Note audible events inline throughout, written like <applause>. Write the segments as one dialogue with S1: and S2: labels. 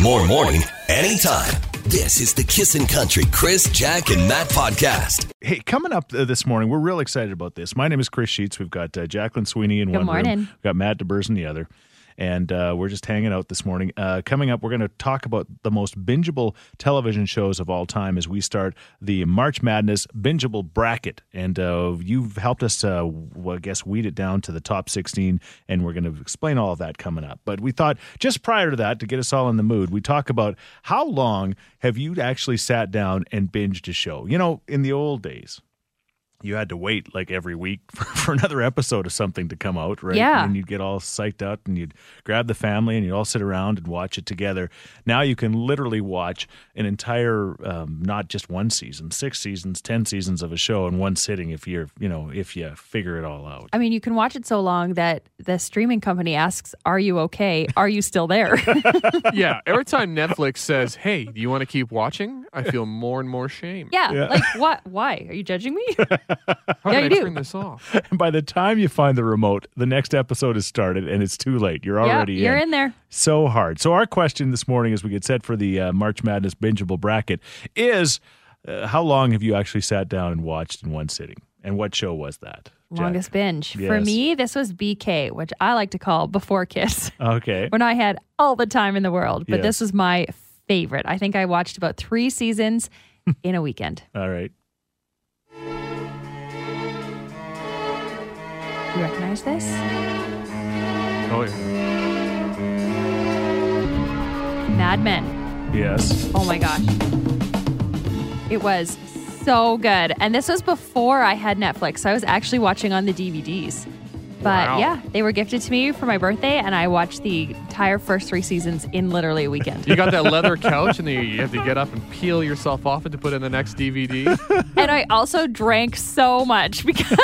S1: More morning, anytime. This is the Kissin' Country Chris, Jack, and Matt podcast.
S2: Hey, coming up uh, this morning, we're real excited about this. My name is Chris Sheets. We've got uh, Jacqueline Sweeney in
S3: Good
S2: one
S3: morning.
S2: room. We've got Matt DeBurs in the other. And uh, we're just hanging out this morning. Uh, coming up, we're going to talk about the most bingeable television shows of all time as we start the March Madness bingeable bracket. And uh, you've helped us, uh, well, I guess, weed it down to the top 16. And we're going to explain all of that coming up. But we thought just prior to that, to get us all in the mood, we talk about how long have you actually sat down and binged a show? You know, in the old days, you had to wait like every week <laughs> for, for another episode of something to come out, right?
S3: Yeah.
S2: And you'd get all psyched up and you'd grab the family and you'd all sit around and watch it together. Now you can literally watch an entire, um, not just one season, six seasons, 10 seasons of a show in one sitting if you're, you know, if you figure it all out.
S3: I mean, you can watch it so long that the streaming company asks, Are you okay? Are you still
S2: <laughs>
S3: there? <laughs>
S4: yeah, every time Netflix says, "Hey, do you want to keep watching?" I feel more and more shame.
S3: yeah, Like, what? Why? Are you judging me?
S4: How did
S3: yeah, you
S4: I
S3: do.
S4: turn this off?
S2: <laughs> And by the time you find the remote, the next episode is started and it's too late. You're
S3: yeah,
S2: <laughs> already
S3: you're
S2: in.
S3: in there.
S2: so hard. So our question this morning, as we get set for the uh, March Madness bingeable bracket, is uh, how long have you actually sat down and watched in one sitting, and what show was that? Jack?
S3: Longest binge. For
S2: Yes.
S3: me, this was BK, which I like to call Before Kiss, <laughs>
S4: <laughs>
S2: Okay.
S3: when I had all the time in the world. But
S2: Yes.
S3: this was my favorite. I think I watched about three
S2: <laughs>
S3: seasons in a weekend.
S2: All right.
S3: You recognize this?
S4: Oh yeah.
S3: Mad Men.
S2: Yes.
S3: Oh my gosh. It was so good. And this was before I had Netflix. So I was actually watching on the DVDs. But
S4: Wow.
S3: yeah, they were gifted to me for my birthday, and I watched the entire first three seasons in literally a weekend.
S4: <laughs> You got that leather couch, and then you have to get up and peel yourself off it to put in the next DVD.
S3: and I also drank so much <laughs> because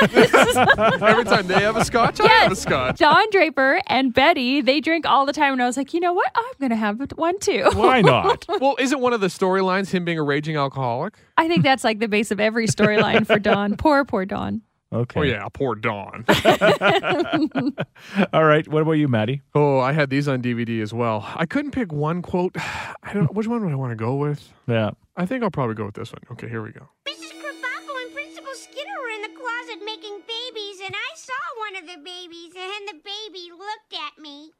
S4: Every time they have a scotch, I have a scotch.
S3: Don Draper and Betty, they drink all the time. And I was like, you know what? I'm going to have one too.
S2: Why not?
S4: Well, isn't one of the storylines him being a raging alcoholic?
S3: I think that's like the base of every storyline for Don. Poor, poor Don.
S4: <laughs>
S2: Okay.
S4: Oh yeah, poor Don.
S2: All right. What about you, Maddie?
S4: <laughs> oh, I had these on DVD as well. I couldn't pick one quote. <sighs> I don't. Which one would I want to go with?
S2: Yeah. <laughs>
S4: I think I'll probably go with this one. Okay, here we go.
S5: Mrs. Krabappel and Principal Skinner were in the closet making babies, and I saw one of the babies, and the baby looked at me.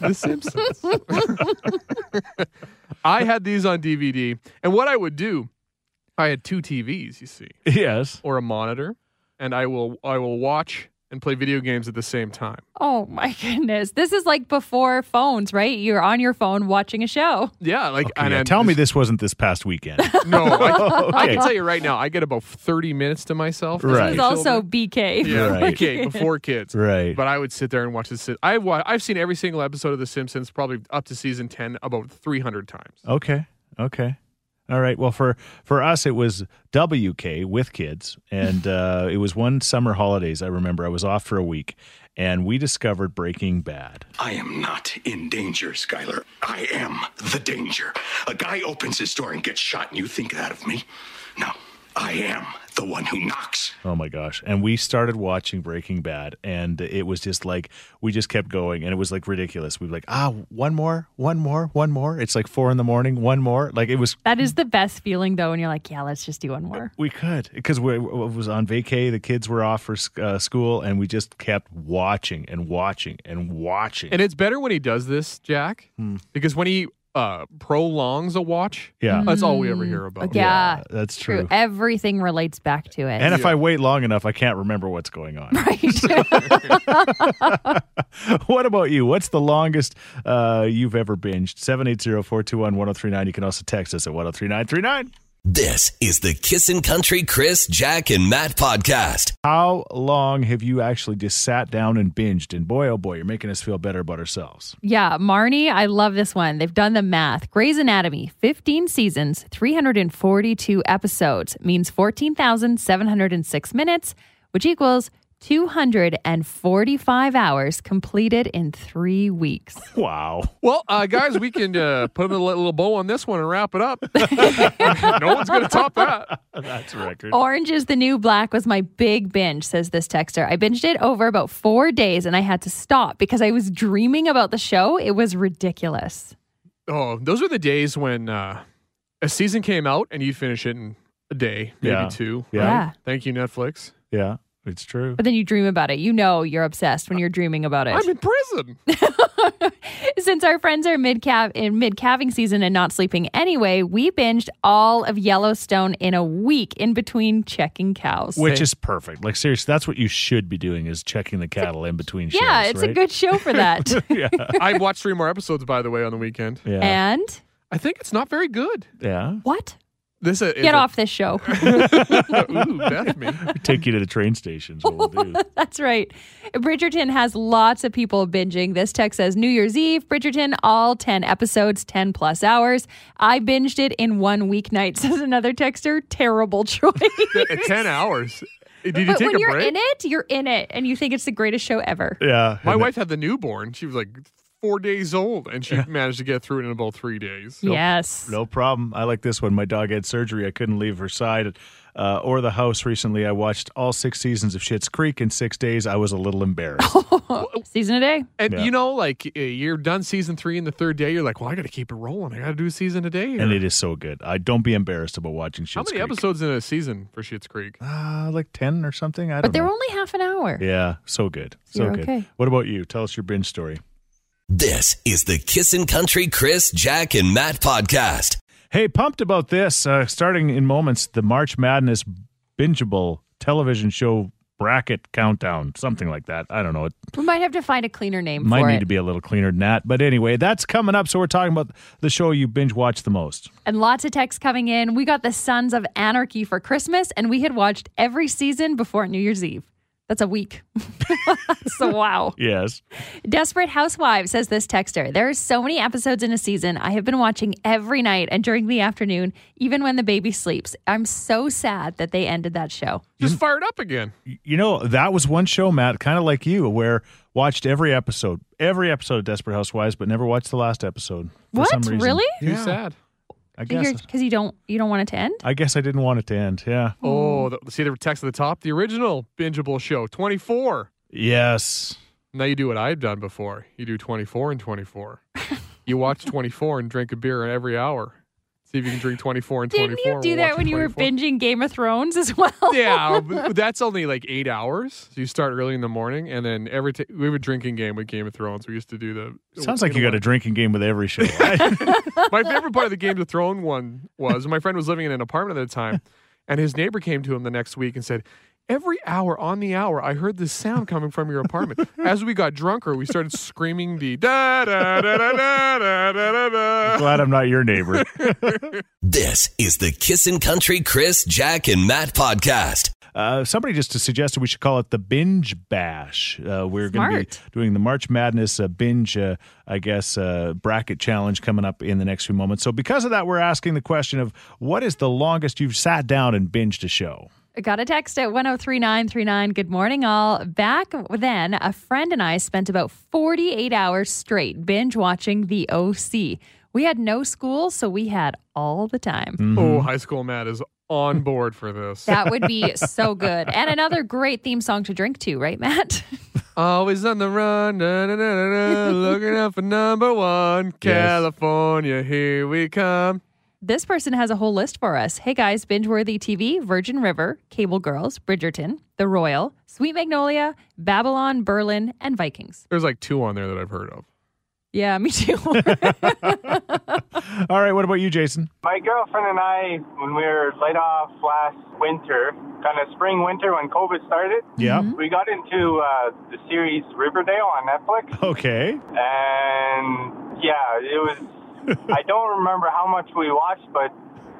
S4: The Simpsons. <laughs> I had these on DVD, and what I would do, I had two TVs, you see,
S2: Yes.
S4: or a monitor, and I will I will watch and play video games at the same time.
S3: Oh my goodness. This is like before phones, right? You're on your phone watching a show.
S4: Yeah, like
S2: Okay,
S4: and
S2: yeah,
S4: then
S2: Tell me
S4: this-
S2: this wasn't this
S4: <laughs>
S2: past weekend.
S4: No, I, I
S2: <laughs> Okay.
S4: can tell you right now, I get about thirty minutes to myself.
S2: This
S3: This
S2: Right.
S3: is
S2: Hey,
S3: also
S4: Children.
S3: BK.
S4: yeah,
S2: Right.
S4: okay, before kids.
S2: right.
S4: But I would sit there and watch this. I wa- I've seen every single episode of The Simpsons, probably up to season ten, about three hundred times.
S2: Okay. Okay. All right. Well, for for us, it was WK with kids, and uh, it was one summer holidays. I remember I was off for a week, and we discovered Breaking Bad.
S6: I am not in danger, Skyler. I am the danger. A guy opens his door and gets shot, and you think that of me? No, I am the one who knocks.
S2: Oh my gosh! And we started watching Breaking Bad, and it was just like we just kept going, and it was like ridiculous. We were like, ah, one more, one more, one more. It's like four in the morning, one more. Like it was.
S3: That is the best feeling though when you're like, yeah, let's just do one more.
S2: We could because we it was on vacay. The kids were off for sc- uh, school, and we just kept watching and watching and watching.
S4: And it's better when he does this, Jack,
S2: Hmm.
S4: because when he uh, prolongs a watch,
S2: yeah.
S4: that's all we ever hear about.
S3: Mm. Yeah.
S2: Yeah, Uh, that's true.
S3: Everything relates back to it.
S2: And if I wait long enough, I can't remember what's going on.
S3: right.
S2: <laughs>
S3: <laughs>
S2: what about you? What's the longest uh, you've ever binged? 780-421-1039. You can also text us at 103939.
S1: This is the Kissin' Country Chris, Jack, and Matt podcast.
S2: How long have you actually just sat down and binged? And boy, oh boy, you're making us feel better about ourselves.
S3: yeah, Marnie, I love this one. They've done the math. Grey's Anatomy, 15 seasons, 342 episodes means 14,706 minutes, which equals 245 hours completed in 3 weeks.
S2: Wow.
S4: Well, uh, guys, we can uh, put a li- little bow on this one and wrap it
S2: <laughs>
S4: up. no one's going to top that.
S2: <laughs> That's a record.
S3: Orange is the New Black was my big binge, says this texter. I binged it over about four days and I had to stop because I was dreaming about the show. It was ridiculous.
S4: oh, those were the days when uh, a season came out and you'd finish it in a day, maybe
S2: Yeah.
S4: two.
S2: Yeah.
S3: Yeah.
S4: Thank you, Netflix.
S2: Yeah, it's true.
S3: But then you dream about it. You know you're obsessed when you're dreaming about it.
S4: I'm in prison. <laughs>
S3: Since our friends are mid calf in mid calving season and not sleeping anyway, we binged all of Yellowstone in a week in between checking cows.
S2: Which is perfect. Like seriously, that's what you should be doing is checking the cattle in between shows.
S3: yeah, it's a
S2: right?
S3: good show for that.
S2: <laughs>
S4: I watched three more episodes, by the way, on the weekend.
S2: Yeah.
S3: And
S4: I think it's not very good.
S2: yeah.
S3: what?
S4: This uh, is
S3: Get
S4: a-
S3: off this show.
S4: <laughs> Ooh, Beth,
S3: <laughs>
S4: me.
S2: Take you to the train stations. What we'll do.
S3: That's right. Bridgerton has lots of people binging. This text says New Year's Eve, Bridgerton, all 10 episodes, 10 plus hours. I binged it in one weeknight, <laughs> says another texter. Terrible
S2: <laughs>
S3: choice.
S4: At Ten
S3: <laughs>
S4: hours. Did you
S3: but
S4: take
S3: when
S4: a
S3: you're
S4: break?
S3: in it, you're in it and you think it's the greatest show ever.
S2: Yeah.
S4: My wife had the newborn. She was like four days old, and she managed to get through it in about three days.
S3: Yes.
S2: No problem. I like this one. My dog had surgery. I couldn't leave her side uh, or the house recently. I watched all six seasons of Schitt's Creek in six days. I was a little embarrassed.
S3: Oh, Season a day.
S4: And
S2: Yeah.
S4: you know, like uh, you're done season three, and the third day, you're like, "Well, I got to keep it rolling. I got to do a season a day."
S2: and
S4: here."
S2: it is so good. I don't be embarrassed about watching Schitt's
S4: How many
S2: Creek.
S4: episodes in a season for Shit's Creek?
S2: Uh, like 10 or something. I don't
S3: But they're
S2: know.
S3: only half an hour.
S2: yeah, so good. So
S3: You're
S2: good.
S3: okay.
S2: What about you? Tell us your binge story.
S1: This is the Kissin' Country Chris, Jack, and Matt podcast.
S2: Hey, pumped about this. Uh, starting in moments, the March Madness bingeable television show bracket countdown, something like that. I don't know. It
S3: We might have to find a cleaner name
S2: might
S3: for
S2: need
S3: it.
S2: to be a little cleaner than that. But anyway, that's coming up. So we're talking about the show you binge watch the most.
S3: and lots of texts coming in. We got the Sons of Anarchy for Christmas, and we had watched every season before New Year's Eve. That's a week. <laughs> so wow.
S2: Yes.
S3: Desperate Housewives says this texter. There are so many episodes in a season. I have been watching every night and during the afternoon, even when the baby sleeps. I'm so sad that they ended that show.
S4: Just fired up again.
S2: You know, that was one show, Matt, kind of like you, where watched every episode, every episode of Desperate Housewives, but never watched the last episode. For
S3: what?
S2: some reason.
S3: Really?
S4: Too sad.
S2: I guess.
S3: Because you don't you don't want it to end?
S2: I guess I didn't want it to end. Yeah.
S4: Oh, the, see the text at the top. The original bingeable show, 24.
S2: Yes.
S4: Now you do what I've done before. You do 24 and
S3: <laughs>
S4: 24. you watch 24 and drink a beer every hour. See if you can drink 24 and
S3: Didn't
S4: 24.
S3: you do
S4: while
S3: that
S4: watching
S3: when you were
S4: 24.
S3: binging Game of Thrones as
S2: <laughs>
S3: well?
S4: Yeah, but that's only like eight hours. So you start early in the morning, and then every t- we have a drinking game with Game of Thrones. We used to do the.
S2: Sounds like you got a drinking game with every show. <laughs>
S4: My favorite part of the Game of Thrones one was my friend was living in an apartment at the time, and his neighbor came to him the next week and said, Every hour on the hour, I heard this sound coming from your apartment. As we got drunker, we started screaming the da da da da da da da da. da.
S2: Glad I'm not your neighbor.
S1: This is the Kissin' Country Chris, Jack, and Matt podcast.
S2: Uh, somebody just suggested we should call it the binge bash. Uh, we're going to be
S3: Smart.
S2: doing the March Madness uh, binge, uh, I guess, uh, bracket challenge coming up in the next few moments. So, because of that, we're asking the question of what is the longest you've sat down and binged a show?
S3: I Got a text at 103939. Good morning, all. Back then, a friend and I spent about 48 hours straight binge watching The OC. We had no school, so we had all the time.
S4: Oh, high school Matt is on board for this.
S3: That would be so good. And another great theme song to drink to, right, Matt? <laughs>
S4: Always on the run, da, da, da, <laughs> da, da, looking out for number one. California, here we come.
S3: This person has a whole list for us. Hey guys, Bingeworthy TV, Virgin River, Cable Girls, Bridgerton, The Royal, Sweet Magnolia, Babylon, Berlin, and Vikings.
S4: There's like two on there that I've heard of.
S3: Yeah, me too. <laughs>
S2: All right, what about you, Jason?
S7: My girlfriend and I, when we were laid off last winter, kind of spring winter when COVID started,
S2: Yeah.
S3: Mhm.
S7: we got into uh, the series Riverdale on Netflix,
S2: Okay.
S7: and yeah, it was. I don't remember how much we watched, but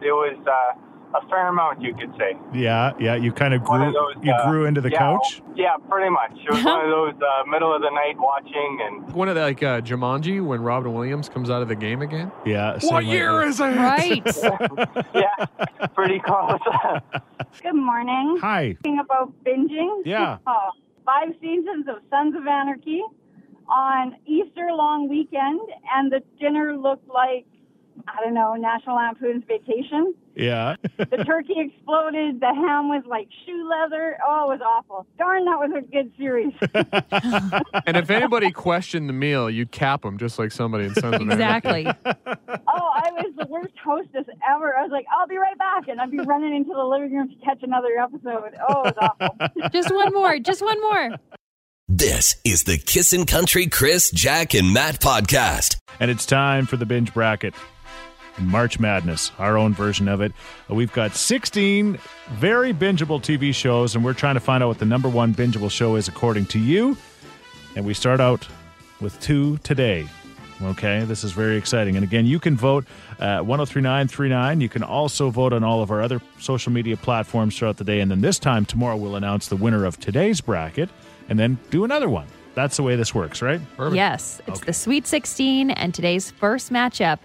S7: it was uh, a fair amount, you could say.
S2: Yeah, yeah. You kind of
S7: One
S2: grew.
S7: of those,
S2: you
S7: uh,
S2: grew into the
S7: yeah,
S2: couch.
S7: Yeah, pretty much. It was one of those uh, middle of the night watching, and
S4: One of the, like uh, Jumanji when Robin Williams comes out of the game again.
S2: Yeah. something
S4: What
S2: like
S4: year
S2: that.
S4: is it?
S3: right.
S7: yeah, pretty <laughs> close.
S8: Good morning.
S2: Hi.
S8: Talking about binging.
S2: Yeah.
S8: <laughs> Oh, five seasons of Sons of Anarchy on Easter long weekend, and the dinner looked like, I don't know, National Lampoon's Vacation.
S2: Yeah. <laughs>
S8: The turkey exploded. The ham was like shoe leather. Oh, it was awful. Darn, that was a good series.
S4: And if anybody questioned the meal, you'd cap them just like somebody in Sons of Anarchy.
S3: Exactly.
S8: Oh, the worst hostess ever. I was like, I'll be right back, and I'd be running into the living room to catch another episode. Oh, it was awful.
S3: Just one more. Just one more.
S1: This is the Kissin' Country Chris, Jack, and Matt podcast.
S2: And it's time for the binge bracket. March Madness, our own version of it. Uh, We've got 16 very bingeable TV shows, and we're trying to find out what the number one bingeable show is according to you. And we start out with two today. Okay, this is very exciting. And again, you can vote uh, oh at 103939. You can also vote on all of our other social media platforms throughout the day. And then this time tomorrow, we'll announce the winner of today's bracket and then do another one. That's the way this works, right?
S3: Yes, it's
S2: Okay.
S3: the Sweet 16, and today's first matchup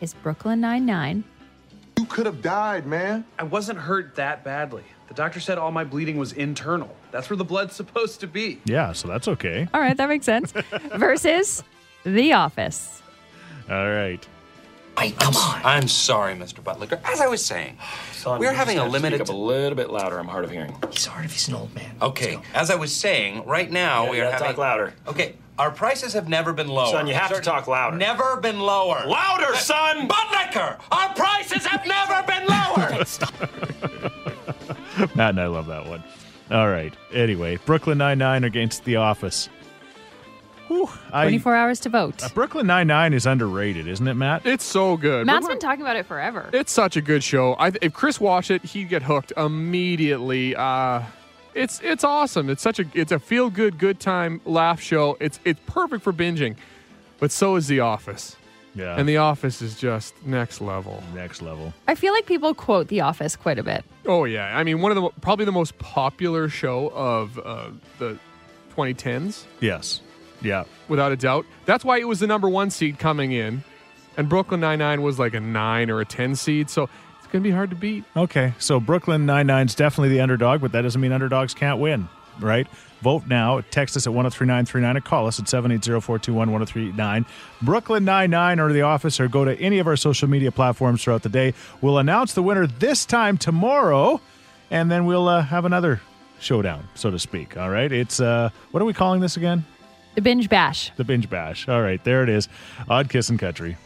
S3: is Brooklyn Nine Nine.
S9: You could have died, man.
S10: I wasn't hurt that badly. The doctor said all my bleeding was internal. That's where the blood's supposed to be.
S2: Yeah, so that's okay.
S3: All right, that makes
S2: <laughs>
S3: sense. Versus The Office.
S2: All right.
S11: Wait, come on. I'm sorry, Mr. Buttlicker. As I was saying, we're having a limited.
S10: a little bit louder. I'm hard of hearing.
S11: He's hard if he's an old man.
S10: Okay.
S11: As I was saying, right now we are having.
S10: louder.
S11: Okay, our prices have never been lower.
S10: Son, you have to talk louder.
S11: Never been lower.
S10: Louder, son!
S11: Buttlicker, our prices have never
S10: <laughs>
S11: been lower.
S2: Matt and Ah, I love that one. All right. Anyway, Brooklyn Nine Nine against The Office. Whew, I,
S3: 24 hours to vote.
S2: Brooklyn Nine Nine is underrated, isn't it, Matt?
S4: It's so good.
S3: Matt's
S4: Remember-
S3: been talking about it forever.
S4: It's such a good show. I, th- if Chris watched it, he'd get hooked immediately. Uh, it's it's awesome. It's such a it's a feel good good time laugh show. It's it's perfect for binging, but so is The Office,
S2: Yeah.
S4: and The Office is just next level.
S2: next level.
S3: I feel like people quote The Office quite a bit.
S4: Oh yeah, I mean one of the mo- probably the most popular show of uh, the 2010s
S2: Yes. Yeah.
S4: without a doubt. That's why it was the number one seed coming in, and Brooklyn Nine Nine was like a nine or a ten seed. So it's gonna be hard to beat.
S2: Okay. So Brooklyn Nine Nine's definitely the underdog, but that doesn't mean underdogs can't win, right? Vote now. Text us at 103939 or call us at 780-421-1039. Brooklyn Nine Nine or The Office or go to any of our social media platforms throughout the day. We'll announce the winner this time tomorrow, and then we'll uh, have another showdown, so to speak. All right. It's, uh, what are we calling this again?
S3: The Binge Bash.
S2: The Binge Bash. All right. There it is. Odd Kiss and Country.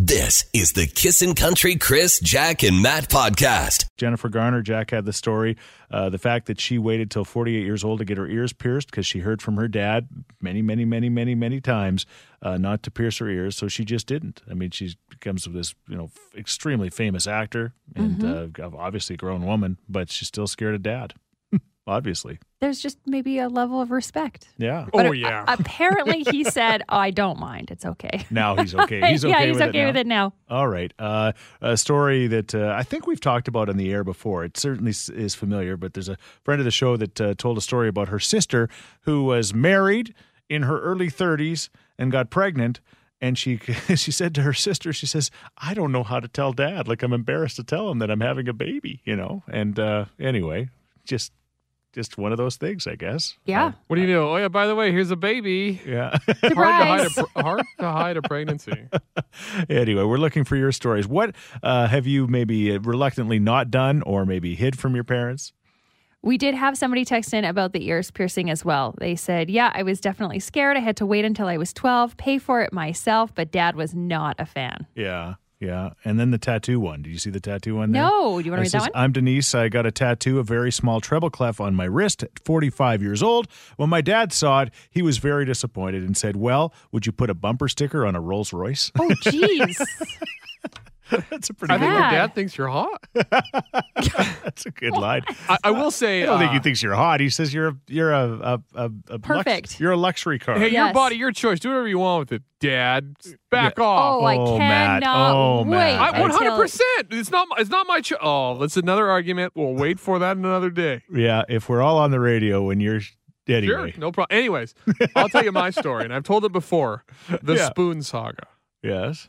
S1: This is the Kissin' Country Chris, Jack, and Matt podcast.
S2: Jennifer Garner, Jack had the story. Uh, the fact that she waited till 48 years old to get her ears pierced because she heard from her dad many, many, many, many, many times uh, not to pierce her ears. So she just didn't. I mean, she becomes this, you know, f- extremely famous actor and
S3: Mm-hmm.
S2: uh, obviously a grown woman, but she's still scared of dad, <laughs> obviously.
S3: There's just maybe a level of respect.
S2: Yeah.
S4: Oh yeah.
S3: A- apparently,
S2: <laughs>
S3: he said, oh, I don't mind. It's okay. <laughs>
S2: Now he's okay. He's okay,
S3: yeah, he's
S2: with,
S3: okay
S2: it now.
S3: with it now.
S2: All right. Uh, a story that uh, I think we've talked about on the air before. It certainly s- is familiar, but there's a friend of the show that uh, told a story about her sister who was married in her early 30s and got pregnant. And she <laughs> she said to her sister, she says, "I don't know how to tell dad. Like I'm embarrassed to tell him that I'm having a baby, you know." And uh, anyway, just just one of those things, I guess.
S3: Yeah.
S4: What do you do? Oh yeah. By the way, here's a baby.
S2: Yeah. <laughs>
S4: Hard
S3: Surprise.
S4: to, hide a, hard to hide a pregnancy.
S2: <laughs> anyway, we're looking for your stories. What uh, have you maybe reluctantly not done or maybe hid from your parents?
S3: We did have somebody text in about the ears piercing as well. They said, Yeah, I was definitely scared. I had to wait until I was 12, pay for it myself, but dad was not a fan.
S2: Yeah. Yeah. And then the tattoo one. Did you see the tattoo one there?
S3: No. Do you want to
S2: It
S3: read that
S2: says,
S3: one?
S2: I'm Denise. I got a tattoo, a very small treble clef on my wrist at 45 years old. When my dad saw it, he was very disappointed and said, Well, would you put a bumper sticker on a Rolls Royce? <laughs>
S3: Oh, jeez.
S2: that's a pretty
S4: I think your
S3: Yeah.
S4: dad thinks you're hot.
S2: that's a good <laughs> line.
S4: I, I will say,
S2: I don't think
S4: uh,
S2: he thinks you're hot. He says you're a you're a, a, a, a lux-
S3: Perfect.
S2: you're a luxury car.
S4: hey, your
S3: Yes.
S4: body, your choice. Do whatever you want with it, Dad. Back
S3: Oh,
S4: off.
S3: I
S2: Oh, Matt.
S3: cannot
S2: Oh,
S3: wait.
S2: Matt.
S4: I,
S2: I-
S4: one hundred
S3: until-
S4: percent. It's not. It's not my. Cho- oh, that's another argument. We'll wait for that another day.
S2: Yeah, if we're all on the radio when you're anyway.
S4: Sure, no problem. Anyways, I'll tell you my story, and I've told it before. The
S2: Yeah.
S4: spoon saga.
S2: Yes.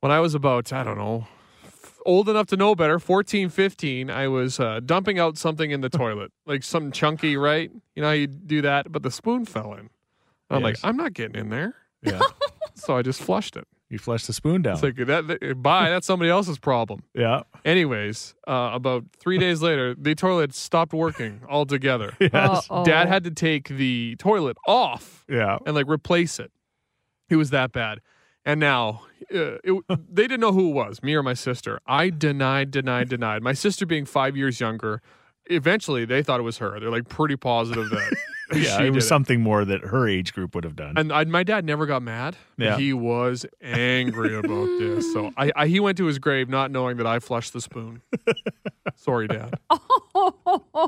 S4: when I was about, I don't know, f- old enough to know better, 14, 15, I was uh, dumping out something in the toilet, like something chunky, right? You know how you do that, but the spoon fell in. I'm like,
S2: Yes.
S4: I'm not getting in there. <laughs>
S2: Yeah.
S4: So I just flushed it.
S2: you flush the spoon down.
S4: It's like, oh. that, that, bye, that's somebody else's problem.
S2: yeah.
S4: Anyways, uh, about three days later, the toilet stopped working altogether.
S3: Uh-oh.
S4: Dad had to take the toilet off
S2: Yeah.
S4: and like replace it. It was that bad. And now, uh, it, <laughs> they didn't know who it was, me or my sister. I denied, denied, denied. My sister being five years younger, eventually they thought it was her. They're like pretty positive that.
S2: <laughs> yeah,
S4: she
S2: it
S4: did
S2: was something more that her age group would have done.
S4: And I, my dad never got mad. but
S2: Yeah.
S4: He was angry about this. So I, I, he went to his grave not knowing that I flushed the spoon. Sorry, Dad.
S3: <laughs>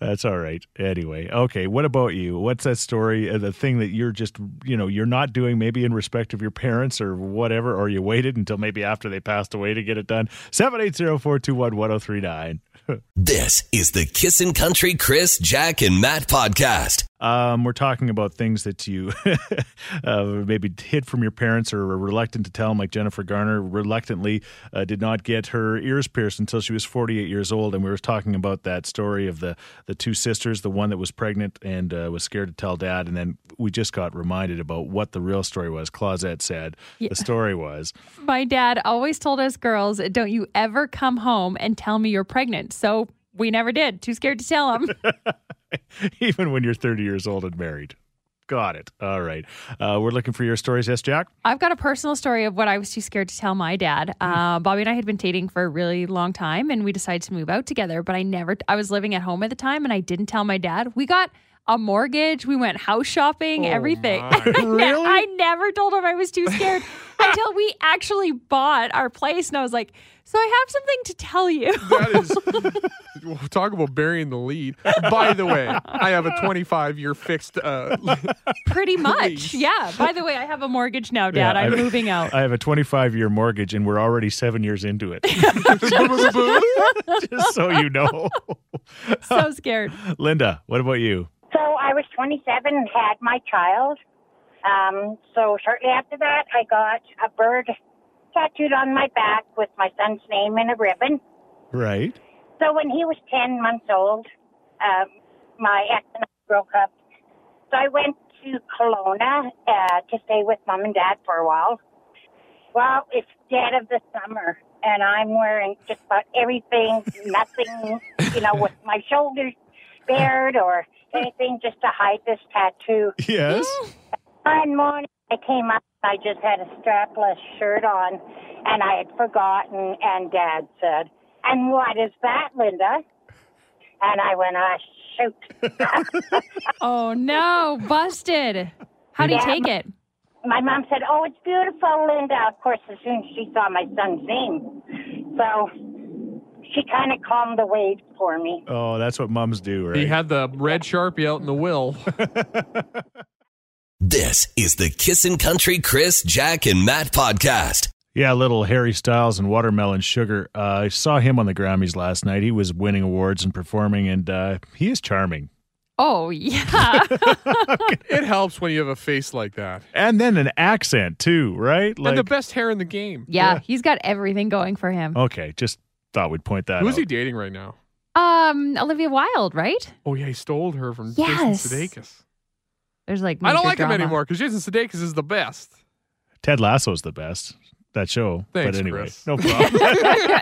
S2: That's all right. Anyway, okay. What about you? What's that story? uh, The thing that you're just, you know, you're not doing, maybe in respect of your parents or whatever, or you waited until maybe after they passed away to get it done. 780 421 1039.
S1: This is the Kissin' Country Chris, Jack, and Matt podcast.
S2: Um, we're talking about things that you <laughs> uh, maybe hid from your parents or were reluctant to tell them, like Jennifer Garner reluctantly uh, did not get her ears pierced until she was 48 years old. And we were talking about that story of the, the two sisters, the one that was pregnant and uh, was scared to tell dad. And then we just got reminded about what the real story was. Clausette said
S3: Yeah.
S2: the story was. <laughs>
S3: My dad always told us girls, don't you ever come home and tell me you're pregnant. So we never did. Too scared to tell him.
S2: Even when you're 30 years old and married. Got it. All right. Uh, we're looking for your stories. Yes, Jack?
S3: I've got a personal story of what I was too scared to tell my dad. Uh, Bobby and I had been dating for a really long time, and we decided to move out together. But I never, I was living at home at the time, and I didn't tell my dad. We got a mortgage, we went house shopping, everything. <laughs> I, ne- I never told him I was too scared until we actually bought our place, and I was like, "So I have something to tell you."
S4: <laughs> Talk about burying the lead. By the way, I have a 25 year fixed. Uh, <laughs>
S3: Pretty much, yeah. By the way, I have a mortgage now, Dad.
S2: Yeah,
S3: I'm
S2: I've-
S3: moving
S4: <laughs>
S3: out.
S2: I have a 25 year mortgage and we're already seven years into it. <laughs> Just so you know.
S3: so scared.
S2: Linda, what about you?
S12: So I was 27 and had my child. Um, so shortly after that, I got a bird tattooed on my back with my son's name in a ribbon.
S2: Right.
S12: So when he was 10 months old, um, my ex and I broke up. So I went to Kelowna uh, to stay with mom and dad for a while. Well, it's dead of the summer, and I'm wearing just about everything, nothing, you know, with my shoulders bared or anything just to hide this tattoo.
S2: Yes.
S12: One morning, I came up. I just had a strapless shirt on, and I had forgotten. And Dad said, "And what is that, Linda?" And I went, "Ah, shoot!"
S3: oh no, busted! How do you
S12: Yeah,
S3: take
S12: my-
S3: it?
S12: My mom said, "Oh, it's beautiful, Linda." Of course, as soon as she saw my son's name, so she kind of calmed the waves for me.
S2: Oh, that's what mums do, right?
S4: He had the red sharpie out in the will.
S1: This is the Kissin' Country Chris, Jack, and Matt podcast.
S2: Yeah, little Harry Styles and Watermelon Sugar. Uh, I saw him on the Grammys last night. He was winning awards and performing, and uh, he is charming.
S4: <laughs>
S3: Oh yeah.
S4: <laughs> It helps when you have a face like that.
S2: And then an accent, too, right?
S4: and the best hair in the game.
S3: Yeah, he's got everything going for him.
S2: okay, just thought we'd point that
S4: Who's
S2: out.
S4: he dating right now?
S3: Um, Olivia Wilde, right?
S4: Oh yeah, he stole her from
S3: Yes.
S4: Jason Sudeikis.
S3: There's like
S4: I don't
S3: major
S4: like
S3: drama.
S4: him anymore <laughs> because Jason Sudeikis is the best.
S2: Ted Lasso's the best. That show.
S4: Thanks,
S2: but anyway,
S4: Chris.
S2: no problem.
S3: <laughs>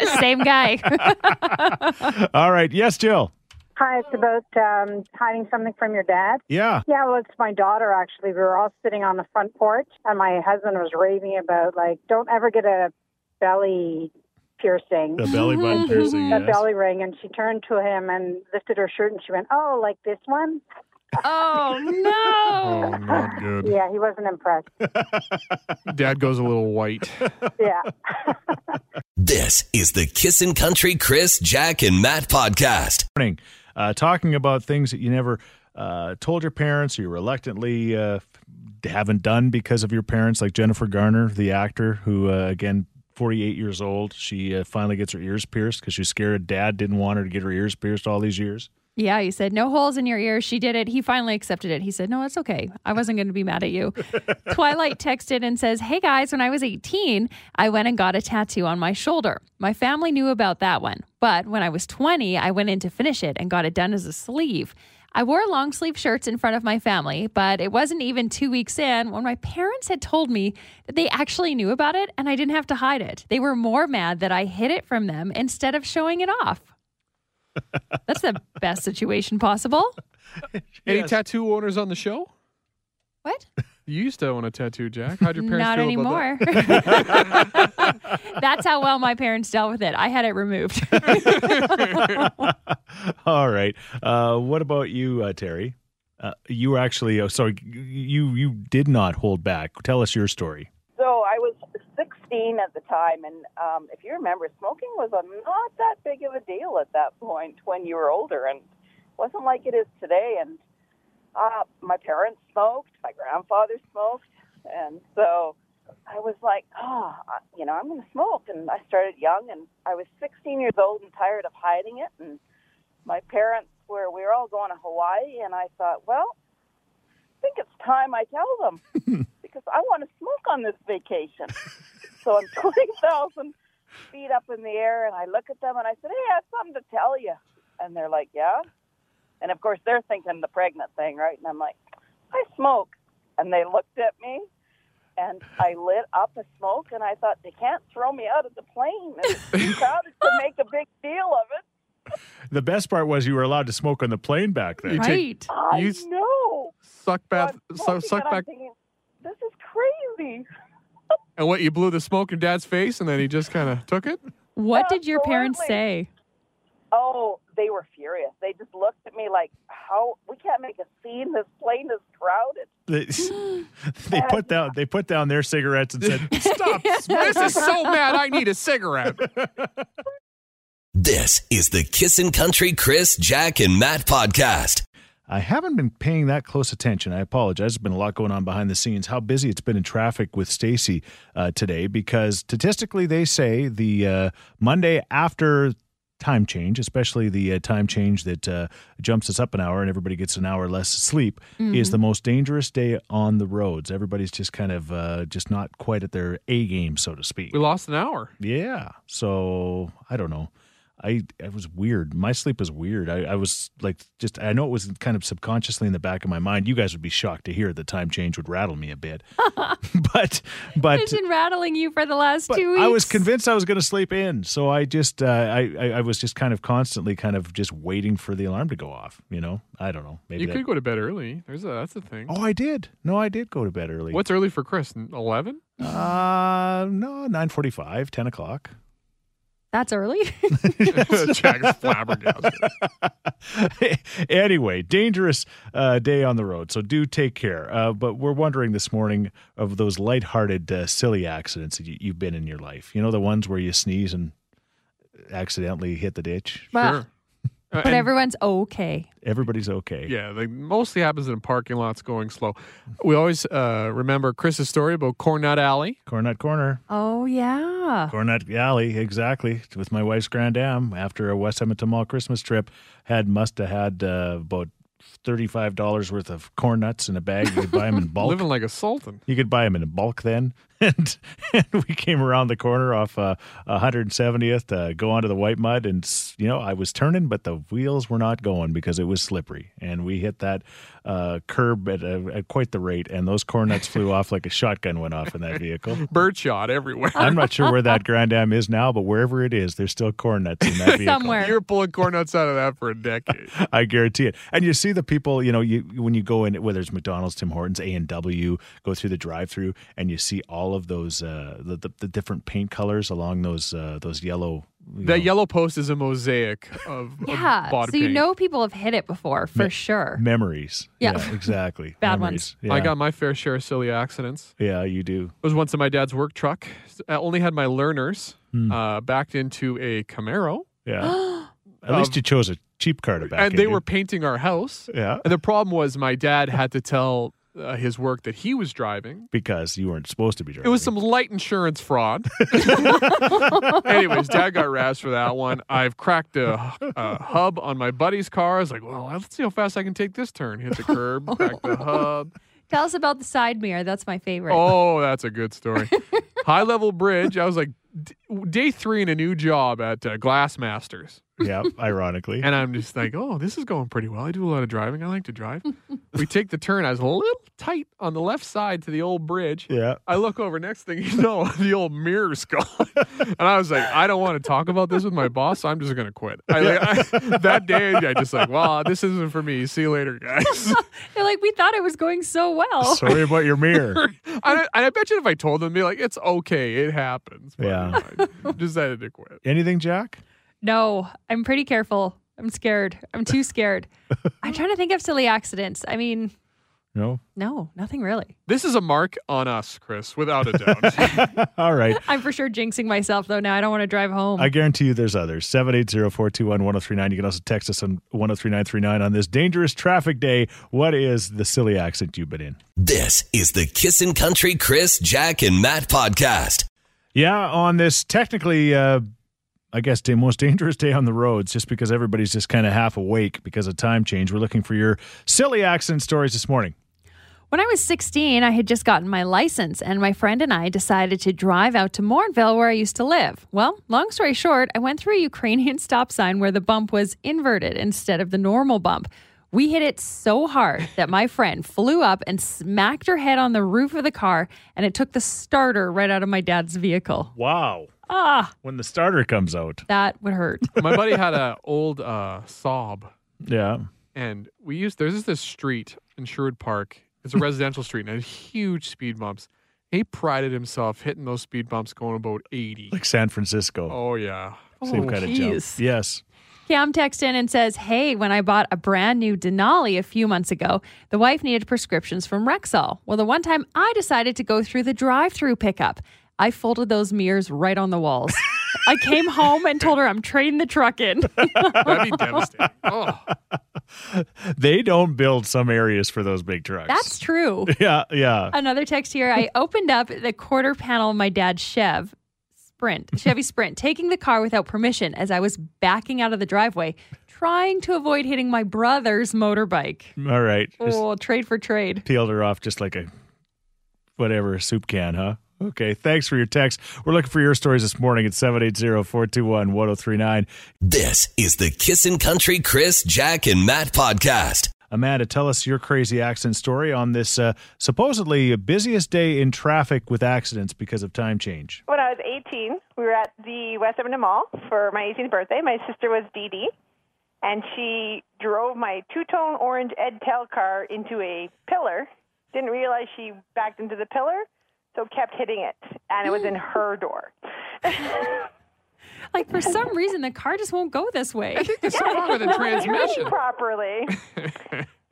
S2: <laughs>
S4: <laughs>
S3: Same guy.
S2: All right. Yes, Jill.
S13: Hi, it's about um, hiding something from your dad.
S2: Yeah.
S13: Yeah, well, it's my daughter, actually. We were all sitting on the front porch, and my husband was raving about, like, don't ever get a belly piercing.
S2: The
S13: <laughs>
S2: belly button piercing,
S13: A
S2: yes.
S13: belly ring. And she turned to him and lifted her shirt, and she went, oh, like this one?
S3: Oh, no.
S4: Oh, not
S13: <laughs>
S4: good.
S13: Yeah, he wasn't impressed.
S4: Dad goes a little <laughs> white.
S13: Yeah.
S1: This is the Kissin' Country Chris, Jack, and Matt podcast.
S2: morning, uh, talking about things that you never uh, told your parents or you reluctantly uh, haven't done because of your parents, like Jennifer Garner, the actor who, uh, again, 48 years old, she uh, finally gets her ears pierced because she's scared dad didn't want her to get her ears pierced all
S13: <laughs>
S2: these years. <laughs>
S3: Yeah, he said, no holes in your ears. She did it. He finally accepted it. He said, no, it's okay. I wasn't going to be mad at you. Twilight texted and says, hey guys, when I was 18, I went and got a tattoo on my shoulder. My family knew about that one. But when I was 20, I went in to finish it and got it done as a sleeve. I wore long sleeve shirts in front of my family, but it wasn't even two weeks in when my parents had told me that they actually knew about it and I didn't have to hide it. They were more mad that I hid it from them instead of showing it off. That's the best situation possible.
S4: Any tattoo owners on the show?
S3: What?
S4: You used to own a tattoo, Jack. How'd your parents
S3: Not
S4: feel
S3: anymore.
S4: about that?
S3: <laughs> That's how well my parents dealt with it. I had
S4: <laughs>
S3: it removed.
S2: All right. Uh, what about you, uh, Terry? Uh, you were actually uh, sorry. You you did not hold back. Tell us your story.
S14: So I was 16 at the time, and um, if you remember, smoking was a, not that big of a deal at that point when you were older, and wasn't like it is today. And uh, my parents smoked, my grandfather smoked, and so I was like, oh, I- you know, I'm going to smoke. And I started young, and I was 16 years old and tired of hiding it. And my parents were, we were all going to Hawaii, and I thought, well, I think it's time I tell them because I want to smoke on this
S4: <laughs>
S14: vacation. so I'm 20,000 feet up in the air, and I look at them and I said, Hey, I have something to tell you. And they're like, Yeah. And of course, they're thinking the pregnant thing, right? And I'm like, I smoke. And they looked at me, and I lit up a smoke, and I thought, They can't throw me out of the plane. And
S4: <laughs>
S14: it's too crowded to make a big deal of it.
S2: The best part was you were allowed to smoke on the plane back then.
S4: You take-
S14: I
S4: You s-
S14: know.
S4: suck bath,
S14: I'm
S4: so
S14: smoking,
S4: suck
S14: and I'm
S4: back,
S14: thinking, this is crazy.
S4: and what you blew the smoke in Dad's face, and then he just kind of took
S3: <laughs>
S4: it.
S3: What did your parents
S14: Absolutely.
S3: say?
S14: Oh, they were furious. They just looked at me like, "How we can't make a scene. This plane is crowded."
S2: <gasps> They, <laughs> they put down they put down their cigarettes and said, "Stop!
S4: this is so bad. I need a cigarette.
S1: This is the Kissin' Country Chris, Jack, and Matt podcast.
S2: <laughs> I haven't been paying that close attention. I apologize. There's been a lot going on behind the scenes. How busy it's been in traffic with Stacy uh, today because statistically they say the uh, Monday after time change, especially the uh, time change that uh, jumps us up an hour and everybody gets an hour less sleep, is
S15: Mhm.
S2: the most dangerous day on the roads. Everybody's just kind of uh, just not quite at their A game, so to speak.
S4: We lost an hour.
S2: Yeah. So I don't know. I it was weird. My sleep was weird. I, I was like just I know it was kind of subconsciously in the back of my mind. You guys would be shocked to hear the time change would rattle me
S3: <laughs>
S2: a bit. but but
S3: it's been rattling you for the last two weeks.
S2: I was convinced I was going to sleep in, so I just uh, I, I I was just kind of constantly kind of just waiting for the alarm to go off. You know, I don't know. Maybe
S4: you
S2: that-
S4: could go to bed early. There's a, that's a thing.
S2: Oh, I did. No, I did go to bed early.
S4: What's early for Chris?
S2: <laughs>
S4: Eleven. <laughs>
S2: Uh, no, nine forty-five,
S4: <laughs>
S2: ten o'clock. <laughs>
S3: That's early.
S4: Jack's flabbergasted.
S2: <laughs> anyway, dangerous uh, day on the road, so do take care. Uh, but we're wondering this morning of those lighthearted, uh, silly accidents that you, you've been in your life. You know, the ones where you sneeze and accidentally hit the ditch.
S3: <laughs> Well,
S4: Uh,
S3: Sure. but everyone's okay.
S2: Everybody's okay.
S4: Yeah, they mostly happens in parking lots going slow. We always uh, remember Chris's story about Cornut Alley.
S2: Cornut Corner.
S3: Oh yeah.
S2: Cornet Alley, exactly. With my wife's Grand Am after a West Edmonton Mall Christmas trip, had must have had uh, about thirty-five dollars worth of corn nuts in a bag. You could buy them in bulk.
S4: Living like a sultan.
S2: You could buy them in bulk then. <laughs> And, and we came around the corner off uh, 170th to go onto the white mud. And, s- you know, I was turning, but the wheels were not going because it was slippery. And we hit that uh, curb at, uh, at quite the rate. And those cornets flew off like a shotgun went off in that vehicle.
S4: Birdshot everywhere.
S2: I'm not sure where that Grand Am is now, but wherever it is, there's still corn nuts in that vehicle.
S4: <laughs> You were pulling cornuts out of that for a
S2: <laughs>
S4: decade.
S2: I guarantee it. And you see the people, you know, you when you go in, whether it's McDonald's, Tim Hortons, A and W, go through the drive-through, and you see all of those uh, the, the the different paint colors along those uh, those yellow. you
S4: That
S2: know,
S4: yellow post is a mosaic of, of
S3: Yeah.
S4: body
S3: So you
S4: paint.
S3: know people have hit it before for
S2: me-
S3: sure.
S2: memories.
S3: Yeah.
S2: exactly.
S3: <laughs> Bad
S2: Memories. Yeah.
S4: I got my fair share of silly accidents.
S2: Yeah, you do.
S4: It was once in my dad's work truck. I only had my learners
S2: Hmm.
S4: uh, backed into a Camaro.
S3: <gasps>
S2: Yeah. At
S4: Of-
S2: least you chose a cheap car to back
S4: Um, and they
S2: into.
S4: were painting our house.
S2: Yeah.
S4: And the problem was my dad had to tell uh, his work that he was driving.
S2: because you weren't supposed to be driving.
S4: It was some light insurance fraud. <laughs> Anyways, dad got razzed for that one. I've cracked a, a hub on my buddy's car. I was like, well, let's see how fast I can take this turn. Hit the curb, crack the hub.
S3: Tell us about the side mirror. That's my favorite.
S4: Oh, that's a good story. High level bridge. I was like, d- day three in a new job at uh, Glassmasters.
S2: <laughs> yeah, ironically. <laughs>
S4: And I'm just like, oh, this is going pretty well. I do a lot of driving. I like to drive. We take the turn. I was a little tight on the left side to the old bridge.
S2: Yeah.
S4: I look over. Next thing you know, <laughs> the old mirror's gone. <laughs> And I was like, I don't want to talk about this with my boss. So I'm just going to quit. I, like, I- <laughs> that day, I just like, well, this isn't for me. See you later, guys. <laughs>
S3: They're like, we thought it was going so well.
S2: Sorry about
S3: <laughs>
S2: your mirror.
S4: I, I bet you if I told them, they'd be like, it's okay. It happens. But
S2: Yeah.
S4: I decided to quit.
S2: Anything, Jack?
S3: No, I'm pretty careful. I'm scared. I'm too scared. I'm trying to think of silly accidents. I mean,
S2: No. <laughs>
S3: no, nothing really.
S4: This is a mark on us, Chris, without a doubt.
S2: <laughs> All right.
S3: I'm for sure jinxing myself though now. I don't want to drive home.
S2: I guarantee you there's others. 780 421 1039. You can also text us on 103939 on this dangerous traffic day. What is the silly accident you've been in?
S1: This is the Kissin' Country Chris, Jack, and Matt podcast.
S2: Yeah, on this technically, uh, I guess, the most dangerous day on the roads, just because everybody's just kind of half awake because of time change. We're looking for your silly accident stories this morning.
S3: When I was 16, I had just gotten my license, and my friend and I decided to drive out to Mornville, where I used to live. Well, long story short, I went through a Ukrainian <laughs> stop sign where the bump was inverted instead of the normal bump. We hit it so hard that my friend flew up and smacked her head on the roof of the car, and it took the starter right out of my dad's vehicle.
S2: Wow.
S3: Ah,
S2: When the starter comes out.
S3: that would hurt.
S4: my buddy had an old uh, Saab,
S2: Yeah.
S4: and we used there's just this street in Sherwood Park. It's a residential street, and it had huge speed bumps. He prided himself hitting those speed bumps going about 80.
S2: Like San Francisco.
S4: Oh, yeah.
S2: Same kind of jump.
S3: jeez.
S2: Yes.
S3: Cam texts in and says, Hey, when I bought a brand new Denali a few months ago, the wife needed prescriptions from Rexall. Well, the one time I decided to go through the drive through pickup, I folded those mirrors right on the walls. I came home and told her I'm trading the truck in.
S4: <laughs> That'd be devastating. Oh,
S2: They don't build some areas for those big trucks.
S3: That's true.
S2: yeah, yeah.
S3: Another text here. I opened up the quarter panel of my dad's Chev Sprint, Chevy Sprint, taking the car without permission as I was backing out of the driveway, trying to avoid hitting my brother's motorbike.
S2: All right. Just
S3: Oh, trade for trade.
S2: peeled her off just like a whatever a soup can, huh? Okay, thanks for your text. We're looking for your stories this morning at 780-421-1039.
S1: This is the Kissin' Country Chris, Jack, and Matt podcast.
S2: Amanda, tell us your crazy accident story on this uh, supposedly busiest day in traffic with accidents because of time change.
S15: When I was 18, we were at the West Edmonton Mall for my 18th birthday. My sister was Dee Dee, and she drove my two-tone orange Edtel car into a pillar. Didn't realize she backed into the pillar, so kept hitting it, and it was in her door.
S3: Like for some reason, the car just won't go this way. I think
S4: there's something wrong with the
S15: It wasn't turning
S4: transmission.
S14: <laughs>
S15: properly.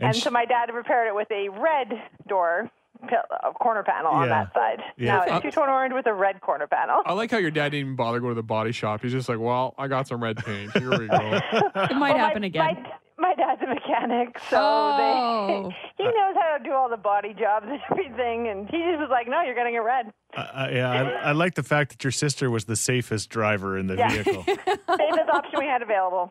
S15: and so my dad repaired it with a red door pill- uh, corner panel on
S4: Yeah.
S15: that side.
S4: Yeah.
S15: Now it's two-tone orange with a red corner panel.
S3: Oh,
S4: I like how your dad didn't even bother to go to the body shop. He's just like, well, I got some red paint. Here we go.
S3: <laughs> It might happen again.
S15: My dad's a mechanic, so
S3: Oh.
S15: they, <laughs> he knows how to do all the body jobs and <laughs> everything. And he just was like, "No, you're gonna get red."
S2: Uh, uh, yeah, I, I like the fact that your sister was the safest driver in the
S15: Yeah. <laughs>
S2: vehicle.
S15: Safest option we had available.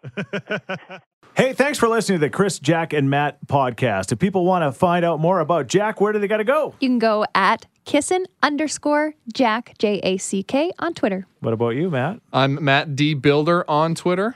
S2: hey, thanks for listening to the Chris, Jack, and Matt podcast. If people want to find out more about Jack, where do they got to go?
S3: You can go at kissin underscore jack, J A C K, on Twitter.
S2: What about you, Matt?
S4: I'm Matt D. Builder on Twitter.